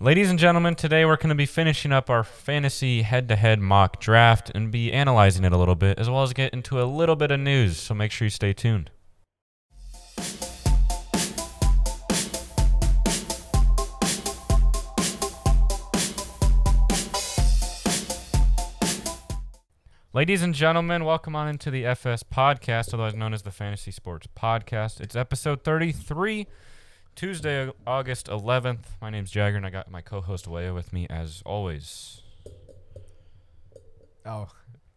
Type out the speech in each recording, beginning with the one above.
Ladies and gentlemen, today we're going to be finishing up our fantasy head to head mock draft and be analyzing it a little bit, as well as get into a little bit of news. So make sure you stay tuned. Ladies and gentlemen, welcome on into the FS podcast, otherwise known as the Fantasy Sports Podcast. It's episode 33, Tuesday, August 11th. My name's Jagger, and I got my co host Leia with me as always. Oh,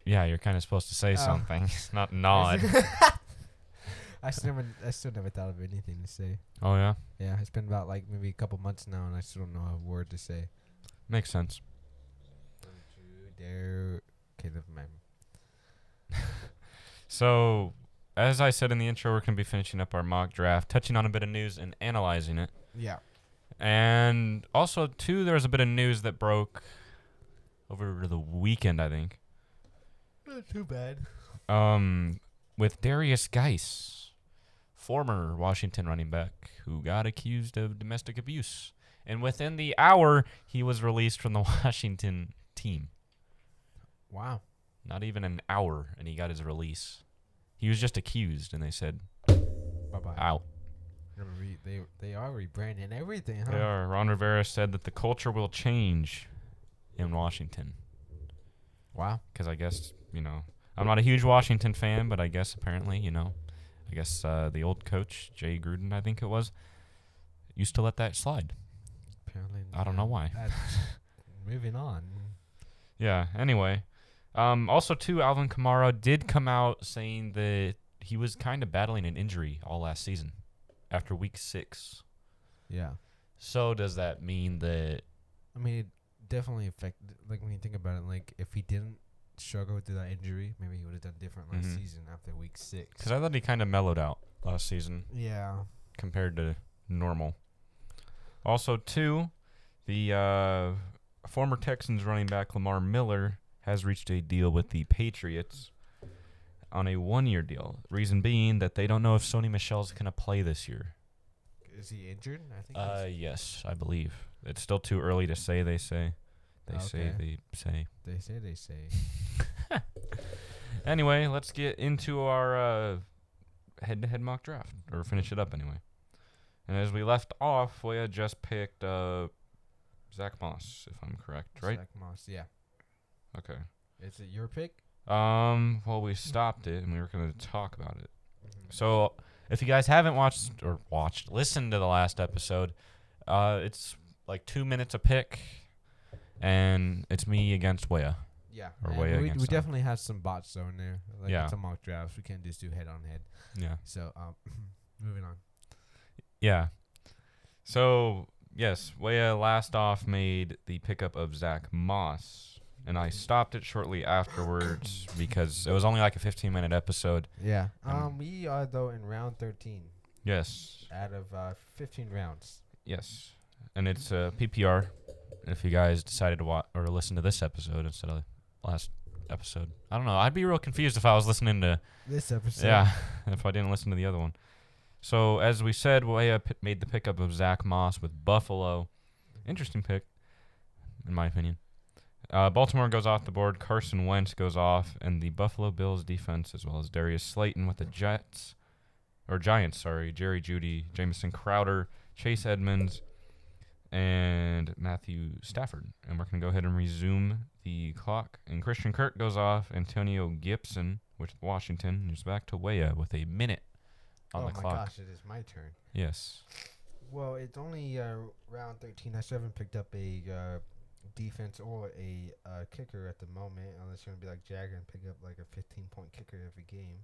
Yeah, you're kind of supposed to say Oh. something, not nod. I still never, I still never thought of anything to say. oh, yeah. Yeah, it's been about like maybe a couple months now, and I still don't know a word to say. Makes sense. Don't you dare. Okay, never mind. So, as I said in the intro, we're going to be finishing up our mock draft, touching on a bit of news and analyzing it. Yeah. And also, too, there was a bit of news that broke over the weekend, I think. Not too bad. Um, with Darius Geis, former Washington running back who got accused of domestic abuse, and within the hour he was released from the Washington team. Wow. Not even an hour, and he got his release. He was just accused, and they said, Bye bye. "Ow." Re- they they are rebranding everything, huh? They are. Ron Rivera said that the culture will change in Washington Wow. because I guess you know I'm not a huge Washington fan, but I guess apparently you know, I guess uh, the old coach Jay Gruden, I think it was, used to let that slide. Apparently. I don't know why. That's- moving on. Yeah. Anyway, um, also too, Alvin Kamara did come out saying that he was kind of battling an injury all last season, after week six. Yeah. So does that mean that? I mean, it definitely affected. Like when you think about it, like if he didn't struggle through that injury, maybe he would have done different last Mhm. season after week six. Because I thought he kind of mellowed out last season Yeah. compared to normal. Also too, the uh, former Texans running back Lamar Miller has reached a deal with the Patriots on a one-year deal. Reason being that they don't know if Sony Michelle's gonna play this year. Is he injured? I think. Uh, yes, I believe it's still too early to say. They say, they say, they Okay. say. they say they say. Anyway, let's get into our uh, head-to-head mock draft, or finish it up anyway. And as we left off, we had just picked uh, Zach Moss, if I'm correct, right? Zach Moss. Yeah. Okay. Is it your pick? Um. Well, we stopped it, and we were gonna talk about it. Mm-hmm. So, if you guys haven't watched or watched, listened to the last episode, uh, it's like two minutes a pick, and it's me against Wea. Yeah. Or and way we against we them. definitely have some bots though in there. Like Yeah. It's a mock drafts. We can't just do head on head. Yeah. So um, moving on. Yeah. So yes, Wea last off made the pickup of Zach Moss, and I stopped it shortly afterwards because it was only like a 15 minute episode. Yeah. Um, Um, we are though in round thirteen Yes. out of uh, fifteen rounds. Yes. And it's uh, PPR. If you guys decided to watch or listen to this episode instead of last episode, I don't know. I'd be real confused if I was listening to This episode. yeah, if I didn't listen to the other one. So as we said, Waya p- made the pickup of Zach Moss with Buffalo. Interesting pick, in my opinion. Uh, Baltimore goes off the board. Carson Wentz goes off, and the Buffalo Bills defense, as well as Darius Slayton with the Jets, or Giants, sorry, Jerry Judy, Jamison Crowder, Chase Edmonds, and Matthew Stafford. And we're going to go ahead and resume the clock. And Christian Kirk goes off. Antonio Gibson, which Washington is back to Weah with a minute on oh the my clock. gosh, it is my turn. Yes. Well, it's only uh, round 13. I still haven't picked up a uh, defense or a uh, kicker at the moment, unless you're going to be like Jagger and pick up like a 15 point kicker every game.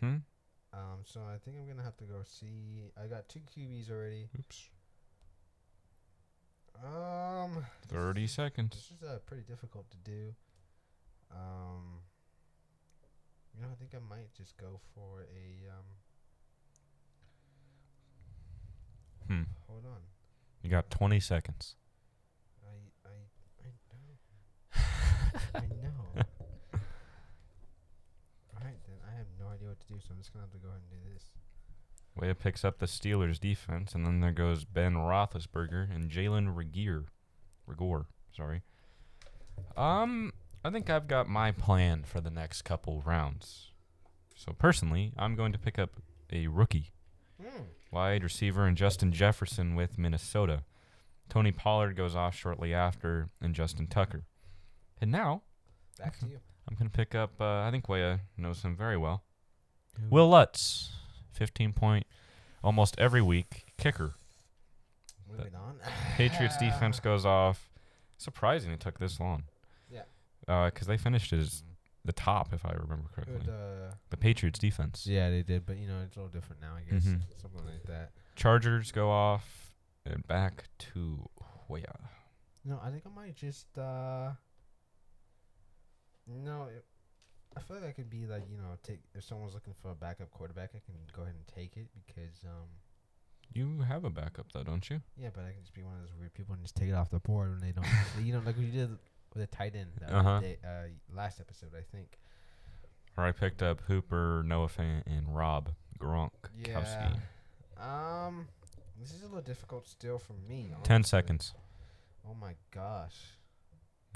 hmm Um, so I think I'm going to have to go see. I got two QBs already. Oops. Um, this 30 is- seconds. This is uh, pretty difficult to do. Um, you know, I think I might just go for a. Um, Hmm. Hold on. You got 20 seconds. I I I know. I know. All right, then I have no idea what to do, so I'm just gonna have to go ahead and do this. Waya picks up the Steelers defense, and then there goes Ben Roethlisberger and Jalen Regier. Rigor, sorry. Um, I think I've got my plan for the next couple rounds. So personally, I'm going to pick up a rookie Mm. wide receiver and Justin Jefferson with Minnesota. Tony Pollard goes off shortly after, and Justin Tucker. And now Back to you. I'm going to pick up. Uh, I think Waya knows him very well. Will Lutz, 15 point, almost every week kicker. Moving on. Patriots defense goes off. Surprising it took this long. Yeah. Because they finished as the top, if I remember correctly. Good, uh, The Patriots defense. yeah, they did, but you know it's a little different now. I guess Mhm. something like that. Chargers go off and back to Hoya. No, I think I might just. uh No, it, I feel like I could be like you know take if someone's looking for a backup quarterback, I can go ahead and take it because um You have a backup though, don't you? yeah, but I can just be one of those weird people and just take it off the board when they don't. you know, like we did with the tight end the other Uh-huh. day, uh, last episode, I think. Or I picked up Hooper, Noah Fant, and Rob Gronkowski. Um, this is a little difficult still for me. Ten honestly. seconds. Oh my gosh.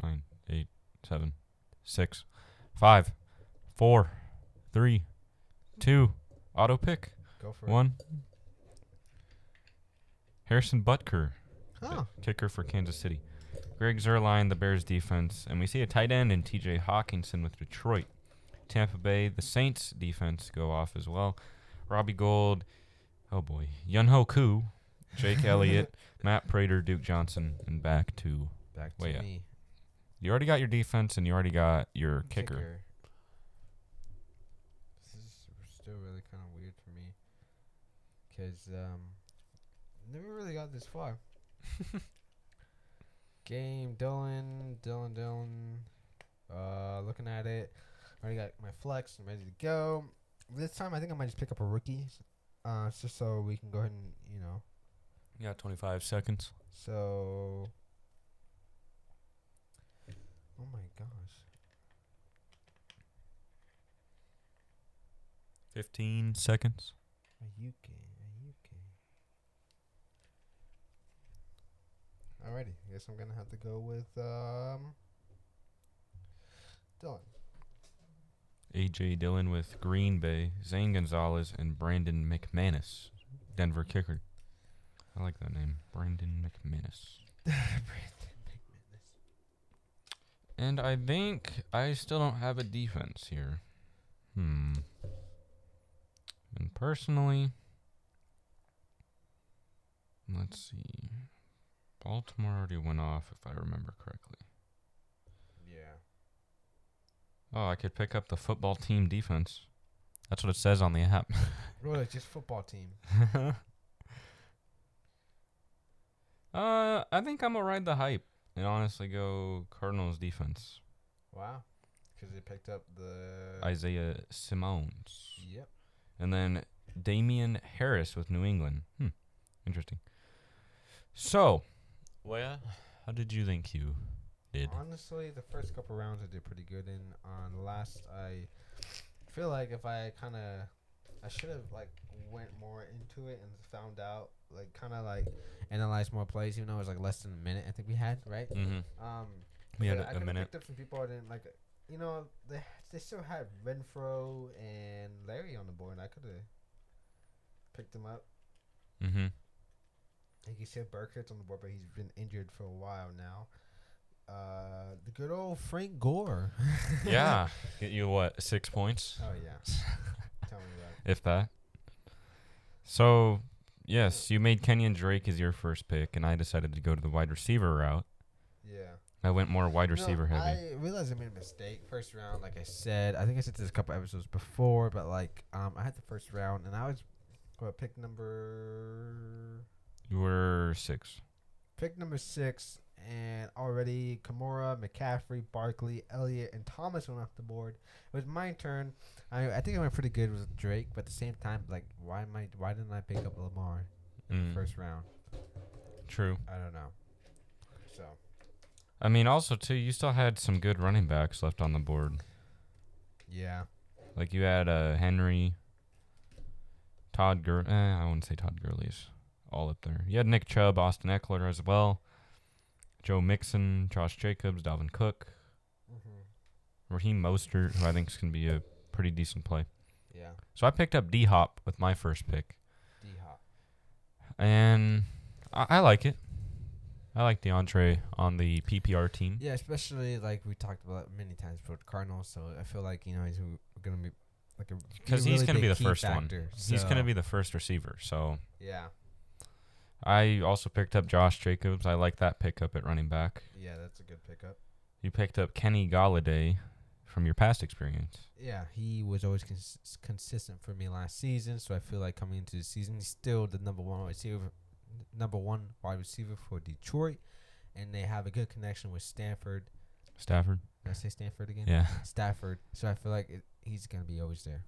Nine, eight, seven, six, five, four, three, two. Auto pick. Go for One. Harrison Butker, it. Huh. kicker for Kansas City. Greg Zerline, the Bears defense, and we see a tight end in T.J. Hawkinson with Detroit. Tampa Bay, the Saints defense go off as well. Robbie Gold, oh boy, Yunho Koo, Jake Elliott, Matt Prater, Duke Johnson, and back to Back to Wait, yeah. me. you already got your defense and you already got your kicker. This is still really kind of weird for me. Because, um, never really got this far. Game Dylan, Dylan, Dylan. Uh, looking at it. Already got my flex. I'm ready to go. This time, I think I might just pick up a rookie. Uh, it's just so we can go ahead and, you know. You got 25 seconds. So. Oh my gosh. 15 seconds. Are you kidding? Are you kidding? Alrighty, I guess I'm gonna have to go with um Dylan. A.J. Dillon with Green Bay, Zane Gonzalez, and Brandon McManus, Denver kicker. I like that name, Brandon McManus. And I think I still don't have a defense here. Hmm. And personally, let's see. Baltimore already went off, if I remember correctly. Yeah. Oh, I could pick up the football team defense. That's what it says on the app. Really, just football team. uh, Uh, I think I'm gonna ride the hype and honestly go Cardinals defense. Wow. Because they picked up the. Isaiah Simones, Yep. and then Damian Harris with New England. Hmm, interesting. So, well, how did you think you did? Honestly, the first couple rounds I did pretty good in. On the last, I feel like if I kind of, I should have like went more into it and found out, like kind of like analyzed more plays. Even though it was like less than a minute, I think we had right. Mm-hmm. Um, We had but a- I a coulda minute. Picked up some people I didn't like. You know, they they still had Renfro and Larry on the board. and I could have picked them up. Mm-hmm. Like you said, Burkhart's on the board, but he's been injured for a while now. Uh, the good old Frank Gore. yeah, get you what six points, Oh yeah. Tell me about if that. So, yes, you made Kenyon Drake as your first pick, and I decided to go to the wide receiver route. it. Yeah. I went more wide No, receiver heavy. I realized I made a mistake first round. Like I said, I think I said this a couple episodes before, but like um, I had the first round and I was what pick number You were six. pick number six, and already Kamara, McCaffrey, Barkley, Elliott, and Thomas went off the board. It was my turn. I I think I went pretty good with Drake, but at the same time, like why am I why didn't I pick up Lamar in Mm. the first round? True. I don't know. So I mean, also too, you still had some good running backs left on the board. yeah. Like you had uh, Henry, Todd Gur. Eh, I wouldn't say Todd Gurley's all up there. You had Nick Chubb, Austin Eckler as well, Joe Mixon, Josh Jacobs, Dalvin Cook, Mm-hmm. Raheem Mostert, who I think is going to be a pretty decent play. Yeah. So I picked up D Hop with my first pick, D Hop. and I, I like it. I like DeAndre on the PPR team. Yeah, especially like we talked about many times for the Cardinals. So I feel like you know he's w- gonna be like a 'Cause he's gonna be the first one. one. He's going to be the first receiver, so Yeah. I also picked up Josh Jacobs. I like that pickup at running back. Yeah, that's a good pickup. You picked up Kenny Galladay from your past experience. Yeah, he was always cons- consistent for me last season. So I feel like coming into the season, he's still the number one wide receiver, number one wide receiver for Detroit, and they have a good connection with Stanford. Stafford. Did I say Stanford again? Yeah. Stafford. So I feel like it, he's gonna be always there.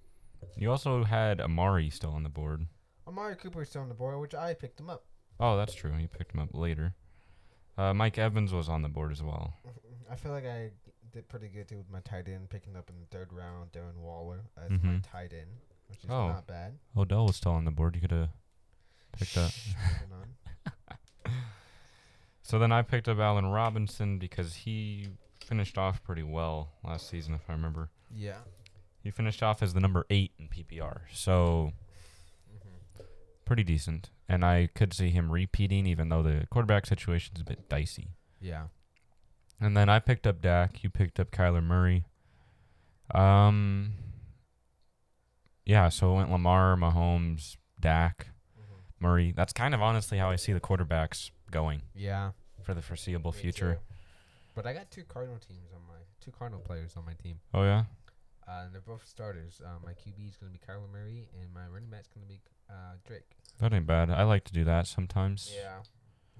You also had Amari still on the board. Amari Cooper is still on the board, which I picked him up. Oh, that's true. You picked him up later. Uh, Mike Evans was on the board as well. I feel like I did pretty good too with my tight end, picking up in the third round Darren Waller as my Mhm. tight end, which is Oh. not bad. Odell was still on the board. You could have picked up. Shh, moving on. So then I picked up Allen Robinson because he finished off pretty well last season, if I remember. Yeah. He finished off as the number eight in PPR. So Mm-hmm. pretty decent. And I could see him repeating, even though the quarterback situation's a bit dicey. Yeah. And then I picked up Dak. You picked up Kyler Murray. Um. Yeah, so it went Lamar, Mahomes, Dak, Mm-hmm. Murray. That's kind of honestly how I see the quarterbacks going Yeah. for the foreseeable me future. too. But I got two Cardinal teams on my two Cardinal players on my team, Oh yeah, uh, and they're both starters. Uh, my QB is gonna be Kyler Murray, and my running back's gonna be uh, Drake. that ain't bad. I like to do that sometimes. Yeah.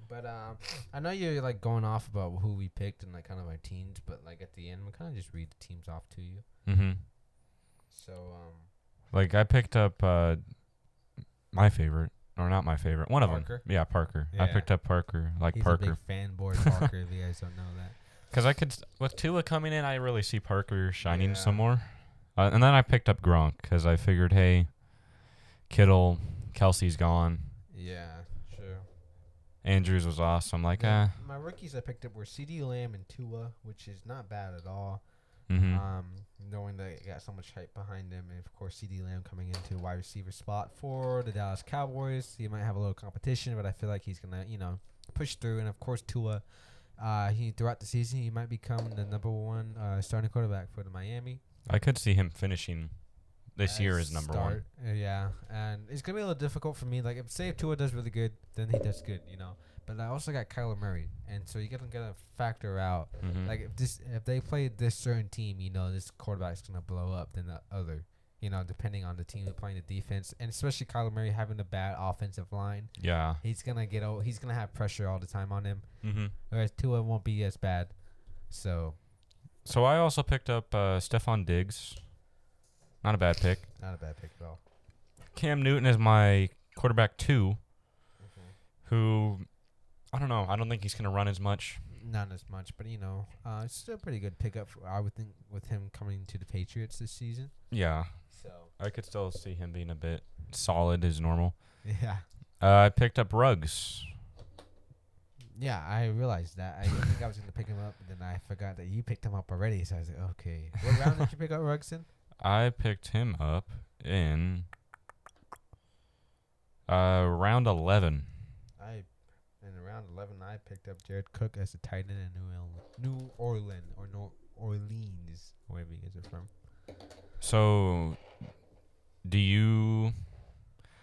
But um, I know you're like going off about who we picked and like kind of our teams, but like at the end, we kind of just read the teams off to you. Mm-hmm. So um, Like I picked up uh, my favorite, or not my favorite, one of Parker? them. Yeah, Parker. I Yeah. picked up Parker. I Like he's Parker. a big fanboy of Parker. if you guys don't know that. Because I could, s- with Tua coming in, I really see Parker shining Yeah. some more. Uh, and then I picked up Gronk because I figured, hey, Kittle, Kelsey's gone. Yeah, sure. Andrews was awesome. Like, ah, my rookies I picked up were C.D. Lamb and Tua, which is not bad at all. hmm Um, knowing that it got so much hype behind him, and of course C.D. Lamb coming into the wide receiver spot for the Dallas Cowboys, he might have a little competition, but I feel like he's gonna, you know, push through. And of course Tua, uh, he throughout the season he might become the number one uh, starting quarterback for the Miami. I could see him finishing this year as number one. one. Uh, yeah, and it's gonna be a little difficult for me. Like, if say if Tua does really good, then he does good, you know. But I also got Kyler Murray, and so you gotta gotta factor out Mhm. like if this if they play this certain team, you know this quarterback's gonna blow up than the other, you know, depending on the team they're playing the defense, and especially Kyler Murray having a bad offensive line, yeah. he's gonna get o- he's gonna have pressure all the time on him, hmm whereas Tua won't be as bad. So So I also picked up uh, Stefan Diggs. Not a bad pick. not a bad pick at all. Cam Newton is my quarterback two, who I don't know. I don't think he's gonna run as much. Not as much, but you know, uh, it's still a pretty good pickup. For, I would think with him coming to the Patriots this season. Yeah, So I could still see him being a bit solid as normal. yeah, Uh, I picked up Rugs. yeah, I realized that. I didn't think I was gonna pick him up, and then I forgot that you picked him up already. So I was like, okay, what round did you pick up Rugson? I picked him up in uh, round 11. I in round eleven, I picked up Jared Cook as a tight end in New Orleans, New Orleans or New Orleans, wherever you guys are from. So, do you.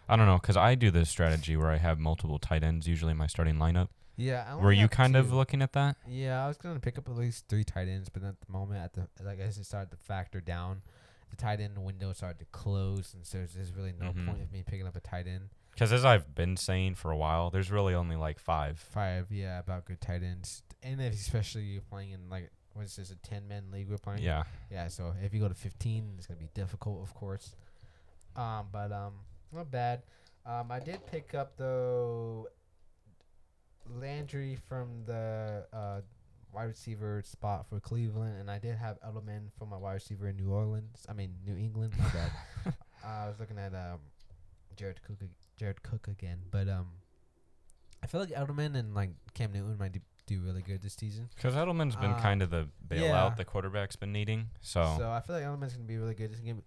I don't know, because I do this strategy where I have multiple tight ends usually in my starting lineup. Yeah, I Were you kind of looking at that? Yeah, I was gonna pick up at least three tight ends, but at the moment, at the like as it started to factor down, the tight end window started to close, and so there's really no Mhm. point of me picking up a tight end. Because as I've been saying for a while, there's really only like five. Five, yeah, about good tight ends, and if especially you're playing in like what is this a ten man league we're playing? Yeah. Yeah, so if you go to 15, it's going to be difficult, of course. Um, but um, not bad. Um, I did pick up though Landry from the uh, wide receiver spot for Cleveland, and I did have Edelman from my wide receiver in New Orleans. I mean New England. My bad. uh, I was looking at um, Jared Cook, ag- Jared Cook again. But um, I feel like Edelman and like Cam Newton might do, do really good this season. Because Edelman's been Uh, kind of the bailout yeah. the quarterback's been needing. So, So I feel like Edelman's gonna be really good. He's gonna,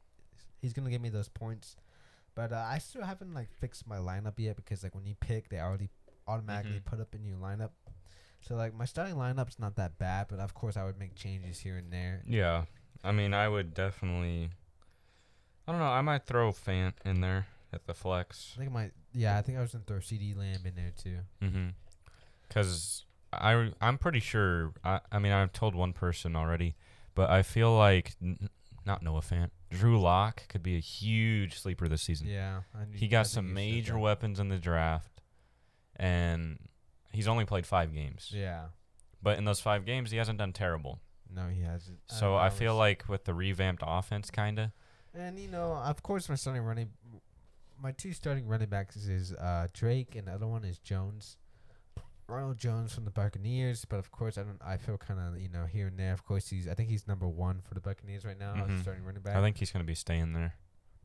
he's gonna give me those points. But uh, I still haven't like fixed my lineup yet because like when you pick, they already automatically Mhm. put up a new lineup. So like my starting lineup's not that bad, but of course I would make changes here and there. yeah. I mean, I would definitely. I don't know. I might throw Fant in there at the flex. I think my yeah, I think I was gonna throw CD Lamb in there too. Mm-hmm. Because I re- I'm pretty sure. I I mean I've told one person already, but I feel like n- not Noah Fant. Drew Lock could be a huge sleeper this season. Yeah, I knew- Mm. He I got think some you said major that. weapons in the draft, and he's only played five games. Yeah, But in those five games, he hasn't done terrible. no, he hasn't. So I, know, feel it's- like with the revamped offense, kinda. and you know, of course, my starting running, my two starting running backs is- is uh, Drake, and the other one is Jones, Ronald Jones from the Buccaneers. But of course, I don't. I feel kind of you know here and there. Of course, he's. I think he's number one for the Buccaneers right now as Mhm. a starting running back. I think he's gonna be staying there.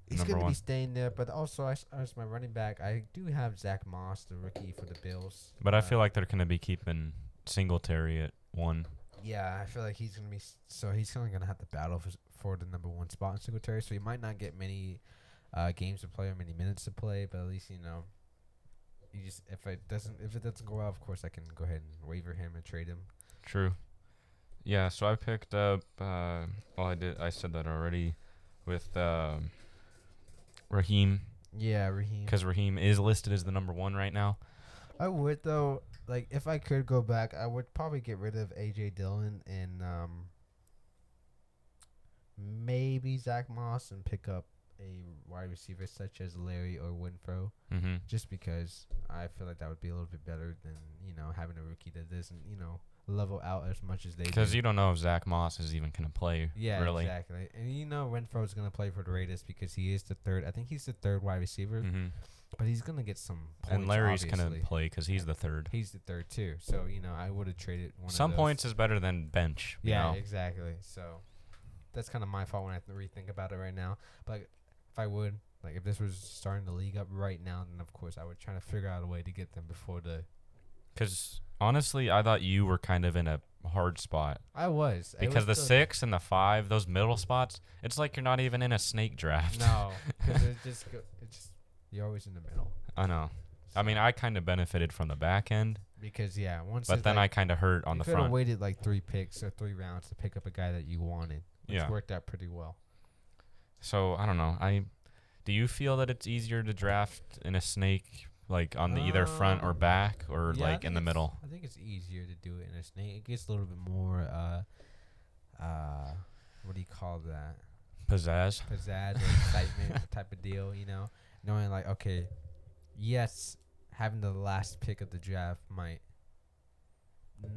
he's number going to one. be staying there. But also, as, as my running back, I do have Zach Moss, the rookie for the Bills. But I feel Uh, like they're gonna be keeping Singletary at one. Yeah, I feel like he's gonna be s- so he's only gonna have to battle for, s- for the number one spot in Singletary, so he might not get many uh, games to play or many minutes to play, but at least you know, you just if it doesn't if it doesn't go well, of course I can go ahead and waiver him and trade him. True. Yeah, so I picked up. Uh, well, I did. I said that already, with um, Raheem, Yeah, Raheem. because Raheem is listed as the number one right now. I would though, like if I could go back, I would probably get rid of AJ Dillon and um maybe Zach Moss and pick up a wide receiver such as Larry or Winfro. Mm-hmm. just because I feel like that would be a little bit better than you know having a rookie that doesn't you know level out as much as they Because do. you don't know if Zach Moss is even gonna play. yeah really. exactly and you know Renfro's gonna play for the Raiders because he is the third I think he's the third wide receiver Mm-hmm. but he's gonna get some points And Larry's obviously. gonna play because he's the third. he's the third too so you know I would have traded one Some of those. points is better than bench. you yeah know? exactly so that's kind of my fault when I have to rethink about it right now but if I would like if this was starting the league up right now then of course I would try to figure out a way to get them before the Because honestly, I thought you were kind of in a hard spot I was It because was the still- six and the five, those middle spots, it's like you're not even in a snake draft. No, because it just go, it just you're always in the middle. I know. I mean, I kind of benefited from the back end, because yeah, once but then I kind of hurt on the could have front. waited like three picks or three rounds to pick up a guy that you wanted. Which Yeah. worked out pretty well. So I don't know. I do you feel that it's easier to draft in a snake, like on the either front or Um, back, or Yeah, I like in think the it's- middle? I think it's easier to do it in a snake. It gets a little bit more uh, uh, what do you call that? Pizzazz. Pizzazz or excitement type of deal. You know, knowing like okay, yes, having the last pick of the draft might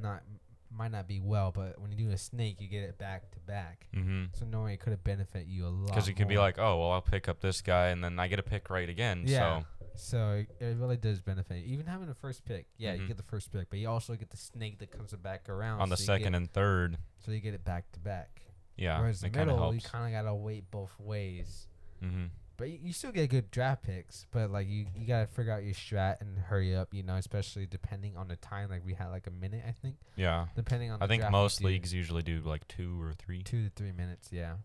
not might not be well, but when you do a snake, you get it back to back. Mm-hmm. So knowing it could have benefit you a lot. Because it could be more. like, oh well, I'll pick up this guy, and then I get a pick right again. Yeah. So so it- it really does benefit. you. Even having the first pick, yeah, Mhm. you get the first pick, but you also get the snake that comes back around on the Oh, so you second get, and third, so you get it back to back. yeah, Whereas the it kind of middle, you helps. kind of gotta wait both ways. Mm-hmm. But you, you still get good draft picks, but like you, you gotta figure out your strat and hurry up. You know, especially depending on the time. Like we had like a minute, I think. Yeah. Depending on I the think draft, you most do leagues usually do like two or three. two to three minutes. Yeah.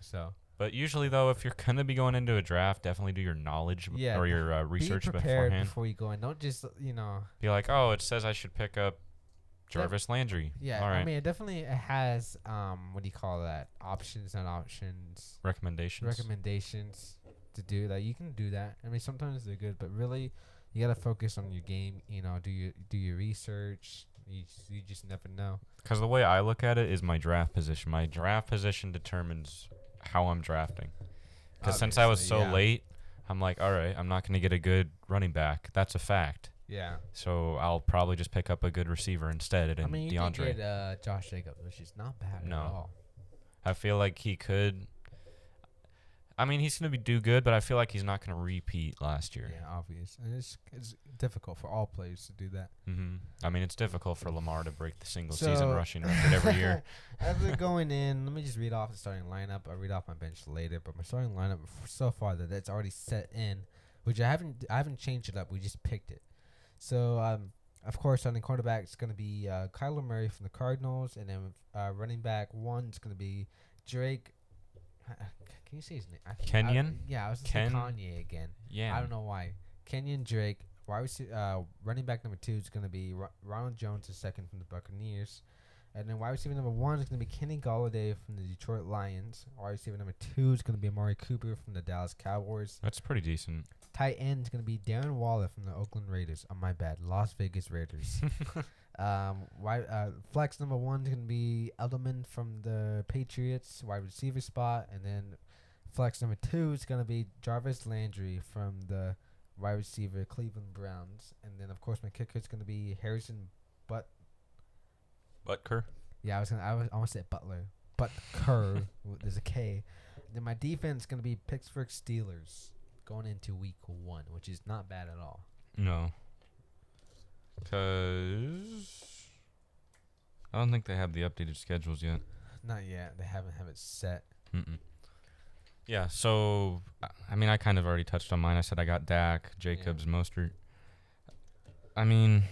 So But usually, though, if you're gonna be going into a draft, definitely do your knowledge b- Yeah, or your uh, research be prepared beforehand. before you go in. Don't just you know Be like, oh, it says I should pick up Def- Jarvis Landry. Yeah, All right. I mean, it definitely has um, what do you call that? Options and options, Recommendations. recommendations to do that. You can do that. I mean, sometimes they're good, but really, you gotta focus on your game. You know, do your do your research. You just, you just never know. Because the way I look at it is my draft position. My draft position determines how I'm drafting. Because since I was so Obviously, yeah. late, I'm like, all right, I'm not gonna get a good running back. That's a fact. Yeah, So I'll probably just pick up a good receiver instead and I mean, you DeAndre. did get uh, Josh Jacobs, which is not bad No. at all. I feel like he could. I mean, he's gonna be do good, but I feel like he's not gonna repeat last year. Yeah, obvious. And it's it's difficult for all players to do that. hmm I mean, it's difficult for Lamar to break the single season rushing record every year. As we're going in, let me just read off the starting lineup. I'll read off my bench later, but my starting lineup f- so far that that's already set in which I haven't I haven't changed it up. We just picked it. So um, of course, on the quarterback it's gonna be uh, Kyler Murray from the Cardinals, and then uh, running back one it's gonna be Drake. I- I- Can you say his name? I think- I- Kenyon? yeah, I was gonna Ken- say Kanye again. Yeah. I don't know why. Kenyon Drake, wide receiver, uh, running back number two is going to be Ro- Ronald Jones, the second from the Buccaneers. And then wide receiver number one is going to be Kenny Galladay from the Detroit Lions. Wide receiver number two is going to be Amari Cooper from the Dallas Cowboys. That's pretty decent. Tight end is going to be Darren Waller from the Oakland Raiders. Oh, my bad. Las Vegas Raiders. um, wide, uh, flex number one is going to be Edelman from the Patriots, wide receiver spot. And then flex number two is going to be Jarvis Landry from the wide receiver Cleveland Browns. And then, of course, my kicker is going to be Harrison Butt. Butker. Yeah, I was gonna. I was I almost said Butler, but Kerr. w- there's a K. Then my defense is gonna be Pittsburgh Steelers going into Week One, which is not bad at all. No. Cause I don't think they have the updated schedules yet. Not yet. They haven't have it set. Mm-mm. Yeah. So I- I mean, I kind of already touched on mine. I said I got Dak, Jacobs, Mostert. I mean,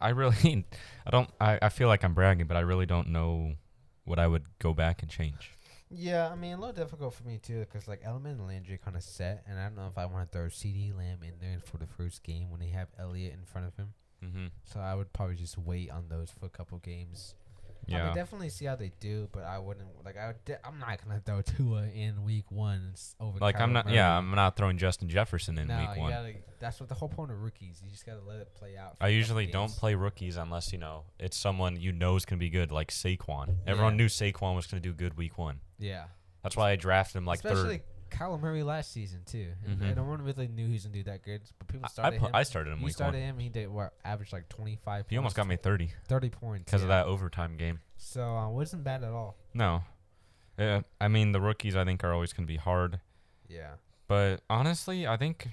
I really, I don't. I, I feel like I'm bragging, but I really don't know what I would go back and change. Yeah, I mean a little difficult for me too, because like Element and Landry kind of set, and I don't know if I want to throw C.D. Lamb in there for the first game when they have Elliott in front of him. Mm-hmm. So I would probably just wait on those for a couple games. I Yeah. would definitely see how they do, but I wouldn't like I would. De- I'm not gonna throw Tua in Week One s- over. Like I'm Kyler not. Murray. Yeah, I'm not throwing Justin Jefferson in no, week you one. gotta. That's what the whole point of rookies. You just gotta let it play out. for I a couple usually don't games. play rookies unless you know it's someone you know is gonna be good, like Saquon. Everyone Yeah. knew Saquon was gonna do good week one. Yeah, That's why I drafted him like especially third. Kyler Murray last season too. And Mhm. No one really knew he was gonna do that good, but people I, I, started put, him. I started him you week started one. him. He did what? Averaged like 25. He almost got points, me thirty 30 points because of yeah. that overtime game. So uh, wasn't bad at all. No, uh, I mean the rookies I think are always gonna be hard, Yeah. but honestly I think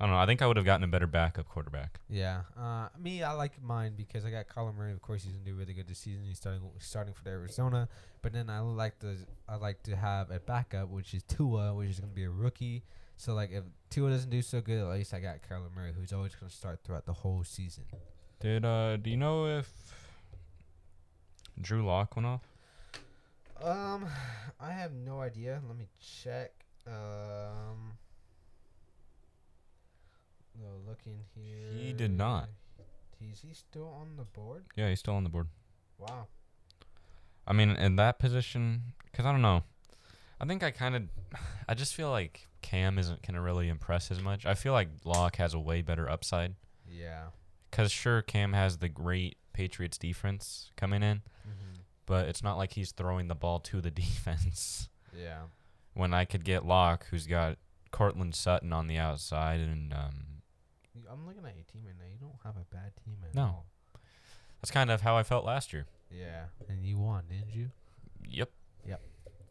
I don't know. I think I would have gotten a better backup quarterback. Yeah. Uh, me, I like mine because I got Colin Murray. Of course, he's gonna do really good this season. He's starting starting for the Arizona, but then I like the I like to have a backup, which is Tua, which is gonna be a rookie. So like, if Tua doesn't do so good, at least I got Kyler Murray, who's always gonna start throughout the whole season. Did uh do you know if Drew Lock went off? Um, I have no idea. Let me check. Um, no, looking here. He did not. Is he still on the board? Yeah, he's still on the board. Wow. I mean, in that position, because I don't know. I think I kind of, I just feel like Cam isn't gonna really impress as much. I feel like Locke has a way better upside. Yeah. Cause sure, Cam has the great Patriots defense coming in, Mm-hmm. but it's not like he's throwing the ball to the defense. Yeah. when I could get Locke, who's got Cortland Sutton on the outside, and um, You- I'm looking at your team right now. You don't have a bad team at No. all. that's kind of how I felt last year. Yeah. And you won, didn't you? Yep. Yep.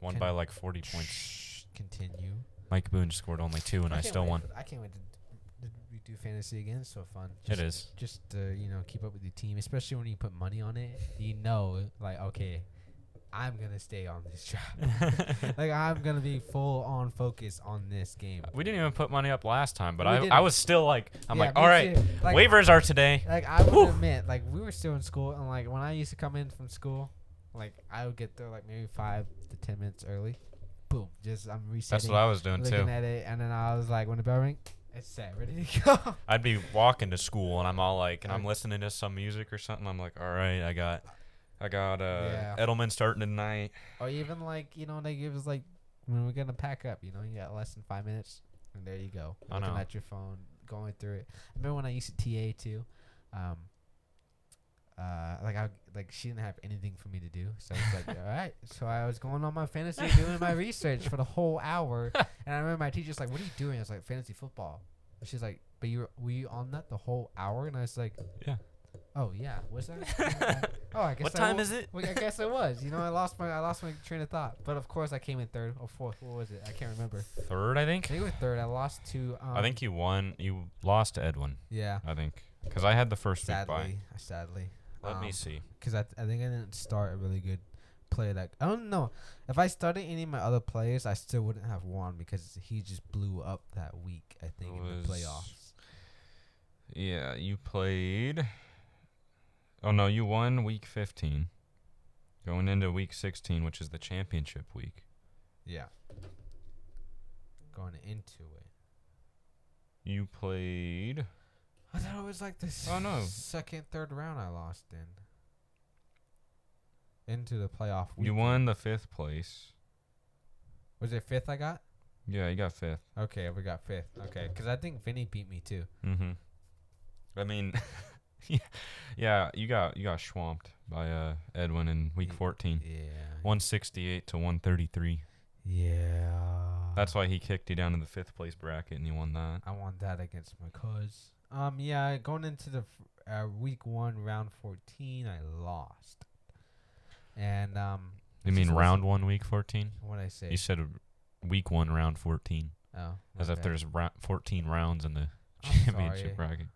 Won Can- by like 40 points. Continue. Mike Boone scored only two, and I, can't still wait won. for- I can't wait to d- d- do fantasy again. It's so fun. It Just- is. Just uh, you know, keep up with your team, especially when you put money on it. You know, like okay, I'm gonna stay on this job. like I'm gonna be full on focus on this game. We didn't even put money up last time, but We I, I didn't. was still like, I'm Yeah, like, me all right, too. Like- waivers are today. Like I Whew. would admit, like we were still in school, and like when I used to come in from school, like I would get there like maybe five to ten minutes early. Boom, just I'm That's resetting, what I was doing looking too. at it, and then I was like, when the bell rang, it's set, ready to go. I'd be walking to school and I'm all like, and I'm Like- listening to some music or something. I'm like, all right, I got, I got uh, Yeah. Edelman starting tonight. Or even like, you know, they give us like when we're gonna pack up, you know, you got less than five minutes and there you go. I looking know. at your phone, going through it. I remember when I used to TA too, um uh like I like she didn't have anything for me to do. So I was like, All right. So I was going on my fantasy doing my research for the whole hour and I remember my teacher's like, What are you doing? I was like, Fantasy football. And She's like, But you were, were you on that the whole hour? And I was like, Yeah. Oh yeah, was that? oh, I guess what I time wa- is it? well, I guess it was. You know, I lost my I lost my train of thought. But of course, I came in third or fourth. What was it? I can't remember. Third, I think. They were third. I lost to. Um, I think you won. You lost to Edwin, Yeah. I think, because I had the first week bye. Sadly, sadly. Let me um, see. Because I, th- I think I didn't start a really good play that. I don't know if I started any of my other players, I still wouldn't have won because he just blew up that week. I think in was- the playoffs. Yeah, you played. Oh no, you won week 15. Going into week 16, which is the championship week. Yeah, going into it. You played. I thought it was like the Oh, no. second, third round I lost in. Into the playoff week. You won the fifth place. Was it fifth I got? Yeah, you got fifth. Okay, we got fifth. Okay, because I think Vinny beat me too. Mm-hmm. I mean, yeah, yeah, you got you got swamped by uh, Edwin in week Y- 14, Yeah. 168 to 133. Yeah. That's why he kicked you down to the fifth place bracket, and you won that. I want that against my cuz. Um, yeah, going into the f- uh, week one, round 14, I lost. And, um, You This mean is round one, week 14? what I say? You said week one, round 14, oh, my as if bad. there's ra- 14 rounds in the I'm championship sorry. bracket.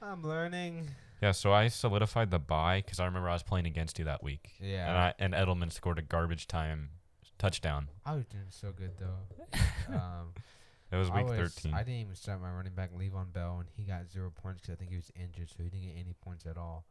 I'm learning. Yeah, so I solidified the bye because I remember I was playing against you that week. Yeah. And, I, and Edelman scored a garbage time touchdown. I was doing so good, though. um, It was I week 13. I didn't even start my running back Levon Bell, and he got zero points because I think he was injured, so he didn't get any points at all.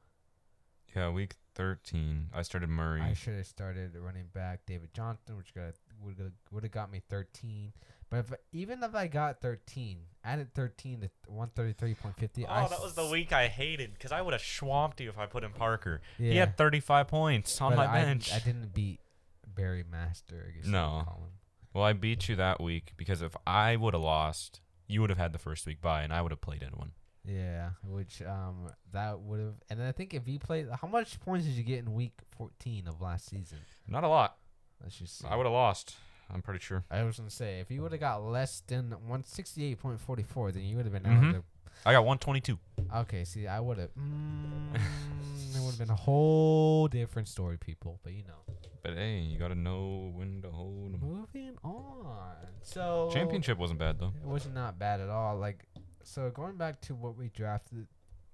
Yeah, week 13. I started Murray. I should have started running back David Johnson, which got would would have got me 13. But if, even if I got 13, added 13 to 133.50. I oh, that was the s- week I hated because I would have swamped you if I put in Parker. Yeah, He had 35 points on but my I, bench. I didn't beat Barry Master. I guess you would No. call him. well, I beat you that week because if I would have lost, you would have had the first week bye and I would have played Edwin. Yeah, which um that would have, and I think if he played, how much points did you get in week 14 of last season? Not a lot. Let's just see. I would have lost. I'm pretty sure. I was gonna say if you would have got less than one sixty eight point forty four, then you would have been Mhm. out of I got 122. the. Okay, see, I would have. Mm, it would have been a whole different story, people. But you know, But hey, you got to know when to hold 'em. moving on. So Mm-hmm. Championship wasn't bad, though. it was not bad at all. Like, so going back to what we drafted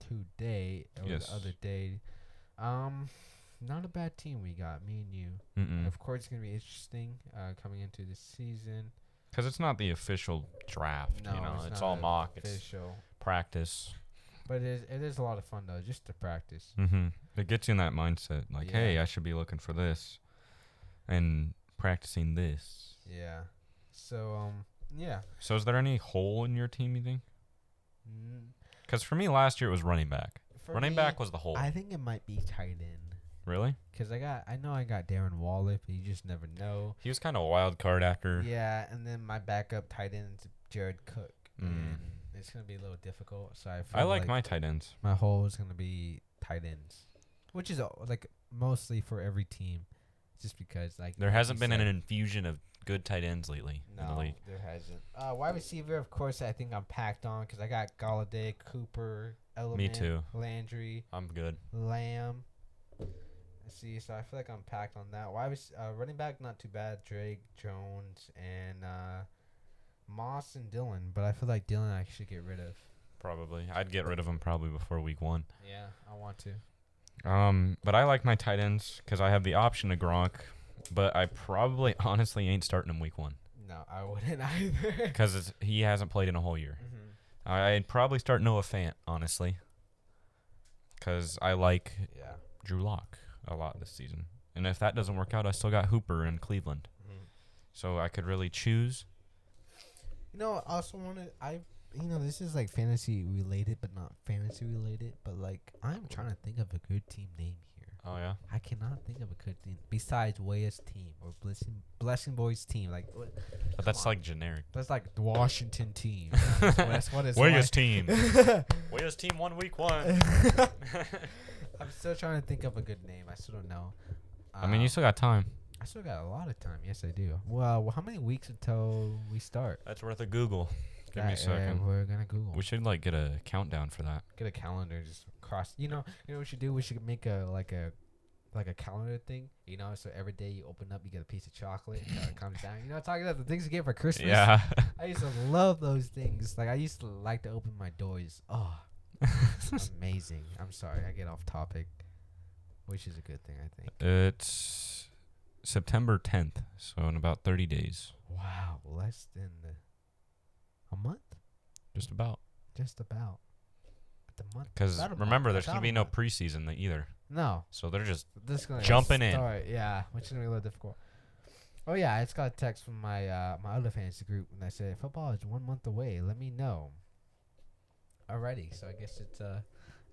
today or Yes. the other day, um, not a bad team we got. Me and you. Because Of course, it's gonna be interesting uh, coming into this season. it's not the official draft. No, you know, it's it's, not all mock. It's Official. practice. But it is, it is a lot of fun though, just to practice. Mm-hmm. It gets you in that mindset, like, Yeah. hey, I should be looking for this, and practicing this. Yeah. So um, yeah. So, is there any hole in your team? You think? N- Because for me, last year it was running back. for running me, back was the hole. I think it might be tight end, really? cause I got I know I got Darren Waller, but you just never know. He was kind of a wild card after. Yeah, and then my backup tight end's Jared Cook, Mm. and it's gonna be a little difficult. So I feel I like, my tight ends. my hole is gonna be tight ends, which is uh, like mostly for every team, just because like There like hasn't you been said- an infusion of good tight ends lately in the No, league. there hasn't. Uh, wide receiver, of course, I think I'm packed on because I got Galladay, Cooper, Element, too. Landry, I'm good. Lamb. Let's see, so I feel like I'm packed on that. Wide rec- uh, running back, not too bad. Drake, Jones, and uh, Moss and Dylan, but I feel like Dylan I should get rid of. Probably. I'd get rid of him probably before week one. Yeah, I want to. Um, but I like my tight ends because I have the option of Gronk, but I probably honestly ain't starting him week one No, I wouldn't either. because he hasn't played in a whole year. Mhm. I- I'd probably start Noah Fant honestly because I like Yeah. Drew Lock a lot this season, and if that doesn't work out, I still got Hooper in Cleveland, Mhm. so I could really choose. You know, I also wanted I you know, this is like fantasy related but not fantasy related, but like I'm trying to think of a good team name here. Oh yeah, I cannot think of a good team besides Waya's team or Blessing Blessing Boys team. Like what- but that's on. like generic. that's like the Washington team. That's what- that's what it's Warriors like. team. Warriors team won week one. I'm still trying to think of a good name. I still don't know. I mean, you Um, still got time. I still got a lot of time. Yes, I do. Well, how many weeks until we start? That's worth a Google. Give me a That- uh, second. We're gonna Google. We should like get a countdown for that. get a calendar just cross you know you know what we should do we should make a like a like a calendar thing you know so every day you open up you get a piece of chocolate and it comes down you know talking about the things you get for christmas Yeah. i used to love those things like i used to like to open my doors oh amazing i'm sorry i get off topic which is a good thing i think It's September 10th, so in about 30 days, Wow, less than a month, just about. just about. The month. Because about a month, remember, there's about gonna a be no month. preseason tha- either, no, so they're just this is gonna Jumping in. start, Yeah, which is gonna be a little difficult. Oh yeah, I just got a text from my uh, my other fantasy group, and I said football is one month away. Let me know. Alrighty, so I guess it's uh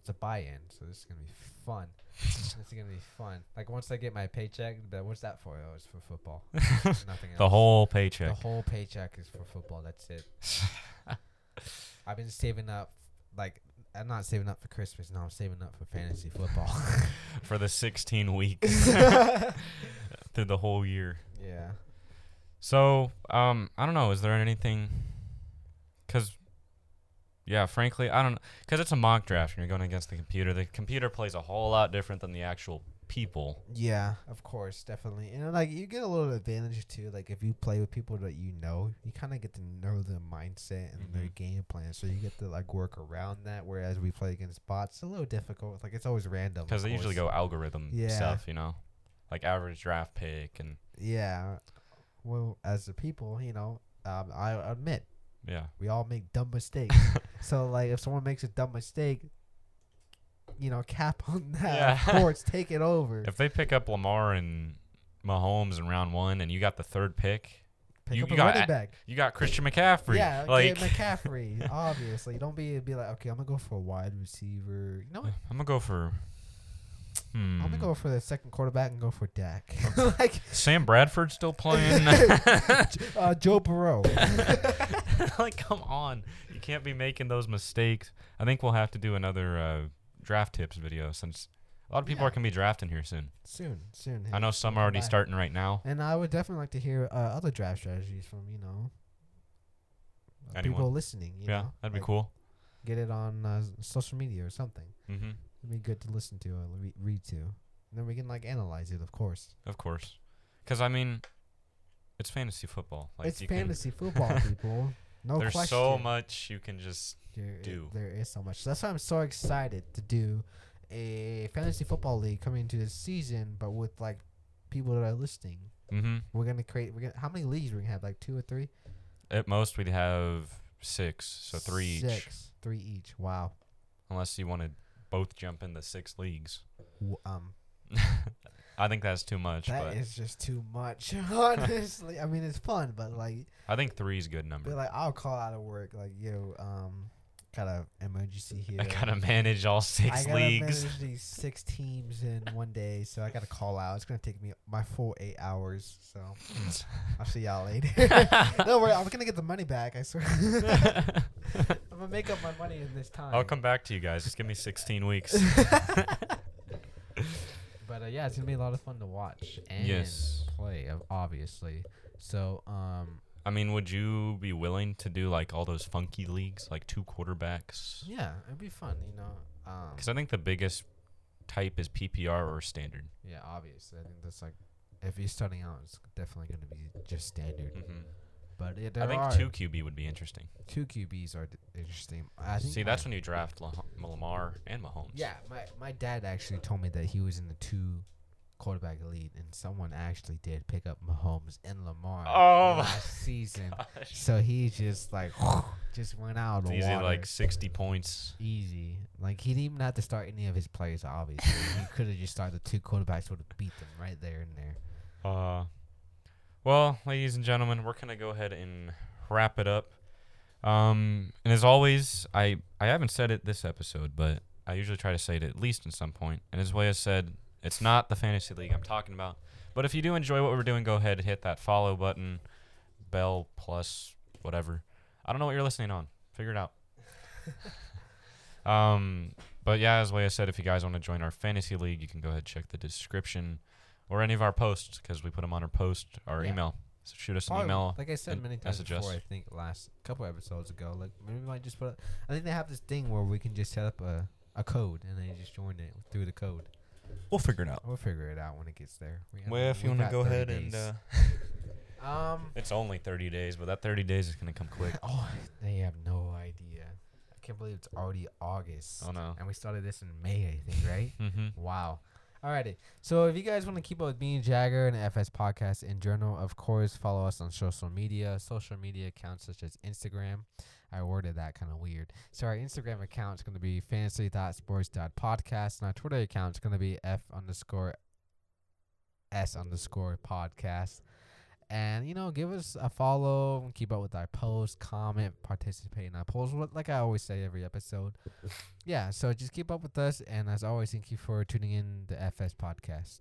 it's a buy-in, so this is gonna be fun. this is gonna be fun. Like once I get my paycheck, but what's that for? Oh, it's for football. Nothing else. the whole the paycheck. whole paycheck is for football. That's it. I've been saving up, like I'm not saving up for Christmas. No, I'm saving up for fantasy football. for the 16 weeks through the whole year. yeah. So, um, I don't know. Is there anything? Because, yeah, frankly, I don't. Because it's a mock draft, and you're going against the computer. The computer plays a whole lot different than the actual people. Yeah, of course, definitely. And like you get a little advantage too. Like if you play with people that you know, you kind of get to know their mindset and their Mhm. game plan, so you get to like work around that. Whereas we play against bots, it's a little difficult. Like it's always random. of Because they usually go course. algorithm Yeah. stuff, you know, like average draft pick, and Yeah. Well, as the people, you know, um, I admit yeah, we all make dumb mistakes. so like if someone makes a dumb mistake, you know, cap on that. Yeah. Of course, take it over. if they pick up Lamar and Mahomes in round one, and you got the third pick, Pick you- up you a gotta running a- back. you got Christian McCaffrey. Yeah, like like McCaffrey, obviously. Don't be be like, okay, I'm gonna go for a wide receiver. You know what? I'm gonna go for. Hmm. I'm gonna go for the second quarterback and go for Dak. like Sam Bradford still playing. uh, Joe Burrow. like, come on. You can't be making those mistakes. I think we'll have to do another uh, draft tips video since a lot of people Yeah. are going to be drafting here soon. soon, soon. I know some are already Bye. starting right now. And I would definitely like to hear uh, other draft strategies from you know uh, Anyone. people listening. You yeah, know? that'd be Like, cool. Get it on uh, s- social media or something. Mm-hmm. It'd be good to listen to or re- read to. And then we can like analyze it, of course. Of course. Because, I mean, it's fantasy football. Like it's you can- fantasy football, people. No There's question. so much you can just. There i- do. there is so much. That's why I'm so excited to do a fantasy football league coming into this season, but with like people that are listening. Mm-hmm. We're gonna create. We're gonna how many leagues we're gonna have? Like two or three? At most, we'd have six, so three each. Six. Three each. Wow. Unless you want to both jump into six leagues. W- Um, I think that's too much, that but is just too much. Honestly, I mean it's fun, but like, I think three is a good but number. like I'll call out of work. Like yo, um, got a emergency here. I gotta manage all I six gotta leagues. manage these six teams in one day, so I gotta call out. It's gonna take me my full eight hours. So I'll see y'all later. no worry, I'm gonna get the money back. I swear. I'm gonna make up my money in this time. I'll come back to you guys. Just give me 16 weeks. But uh, yeah, it's gonna be a lot of fun to watch and Yes. play, ob- obviously. So um, I mean, would you be willing to do like all those funky leagues, like two quarterbacks? yeah, it'd be fun, you know. Um, Because I think the biggest type is PPR or standard. yeah, obviously, I think that's like if you're starting out, it's definitely gonna be just standard. Mm-hmm. But yeah, there I think are two QB would be interesting. two QBs are d- interesting. I think See, my- that's when you draft La- Lamar and Mahomes. Yeah, my, my dad actually told me that he was in the two quarterback lead, and someone actually did pick up Mahomes and Lamar Oh my last season. Gosh. So he just like just went out of It's the easy, water. like 60 points. easy. Like he didn't even have to start any of his plays. Obviously, he could have just started the two quarterbacks would have beat them right there and there. Uh, well, ladies and gentlemen, we're gonna go ahead and wrap it up. Um, and as always, I I haven't said it this episode, but I usually try to say it at least in some point. And as Way said, it's not the fantasy league I'm talking about. But if you do enjoy what we're doing, go ahead and hit that follow button, bell plus whatever. I don't know what you're listening on. Figure it out. um, but yeah, as Leia said, if you guys want to join our fantasy league, you can go ahead and check the description or any of our posts because we put them on our post, our Yeah. email. So shoot us an Probably, email. Like I said and many times message us. before, I think last couple episodes ago, like maybe we might just put. I think they have this thing where we can just set up a, a code and then you just join it through the code. We'll figure it out. We'll figure it out when it gets there. We have- Well, if you we've want to go got 30 ahead and. days. Uh, um, it's only 30 days, but that 30 days is going to come quick. oh, they have no idea. I can't believe it's already August, Oh, no. and we started this in May, I think, right? Mm hmm. Wow. Alrighty. So if you guys want to keep up with me, Jagger, and FS Podcast in general, of course, follow us on social media, social media accounts such as Instagram. I worded that kind of weird. So our Instagram account is going to be fantasy.sports.podcast, and our Twitter account is going to be F underscore S underscore podcast. And, you know, give us a follow, keep up with our posts, comment, participate in our polls, what- like I always say every episode yeah, so just keep up with us. And as always, thank you for tuning in the FS podcast.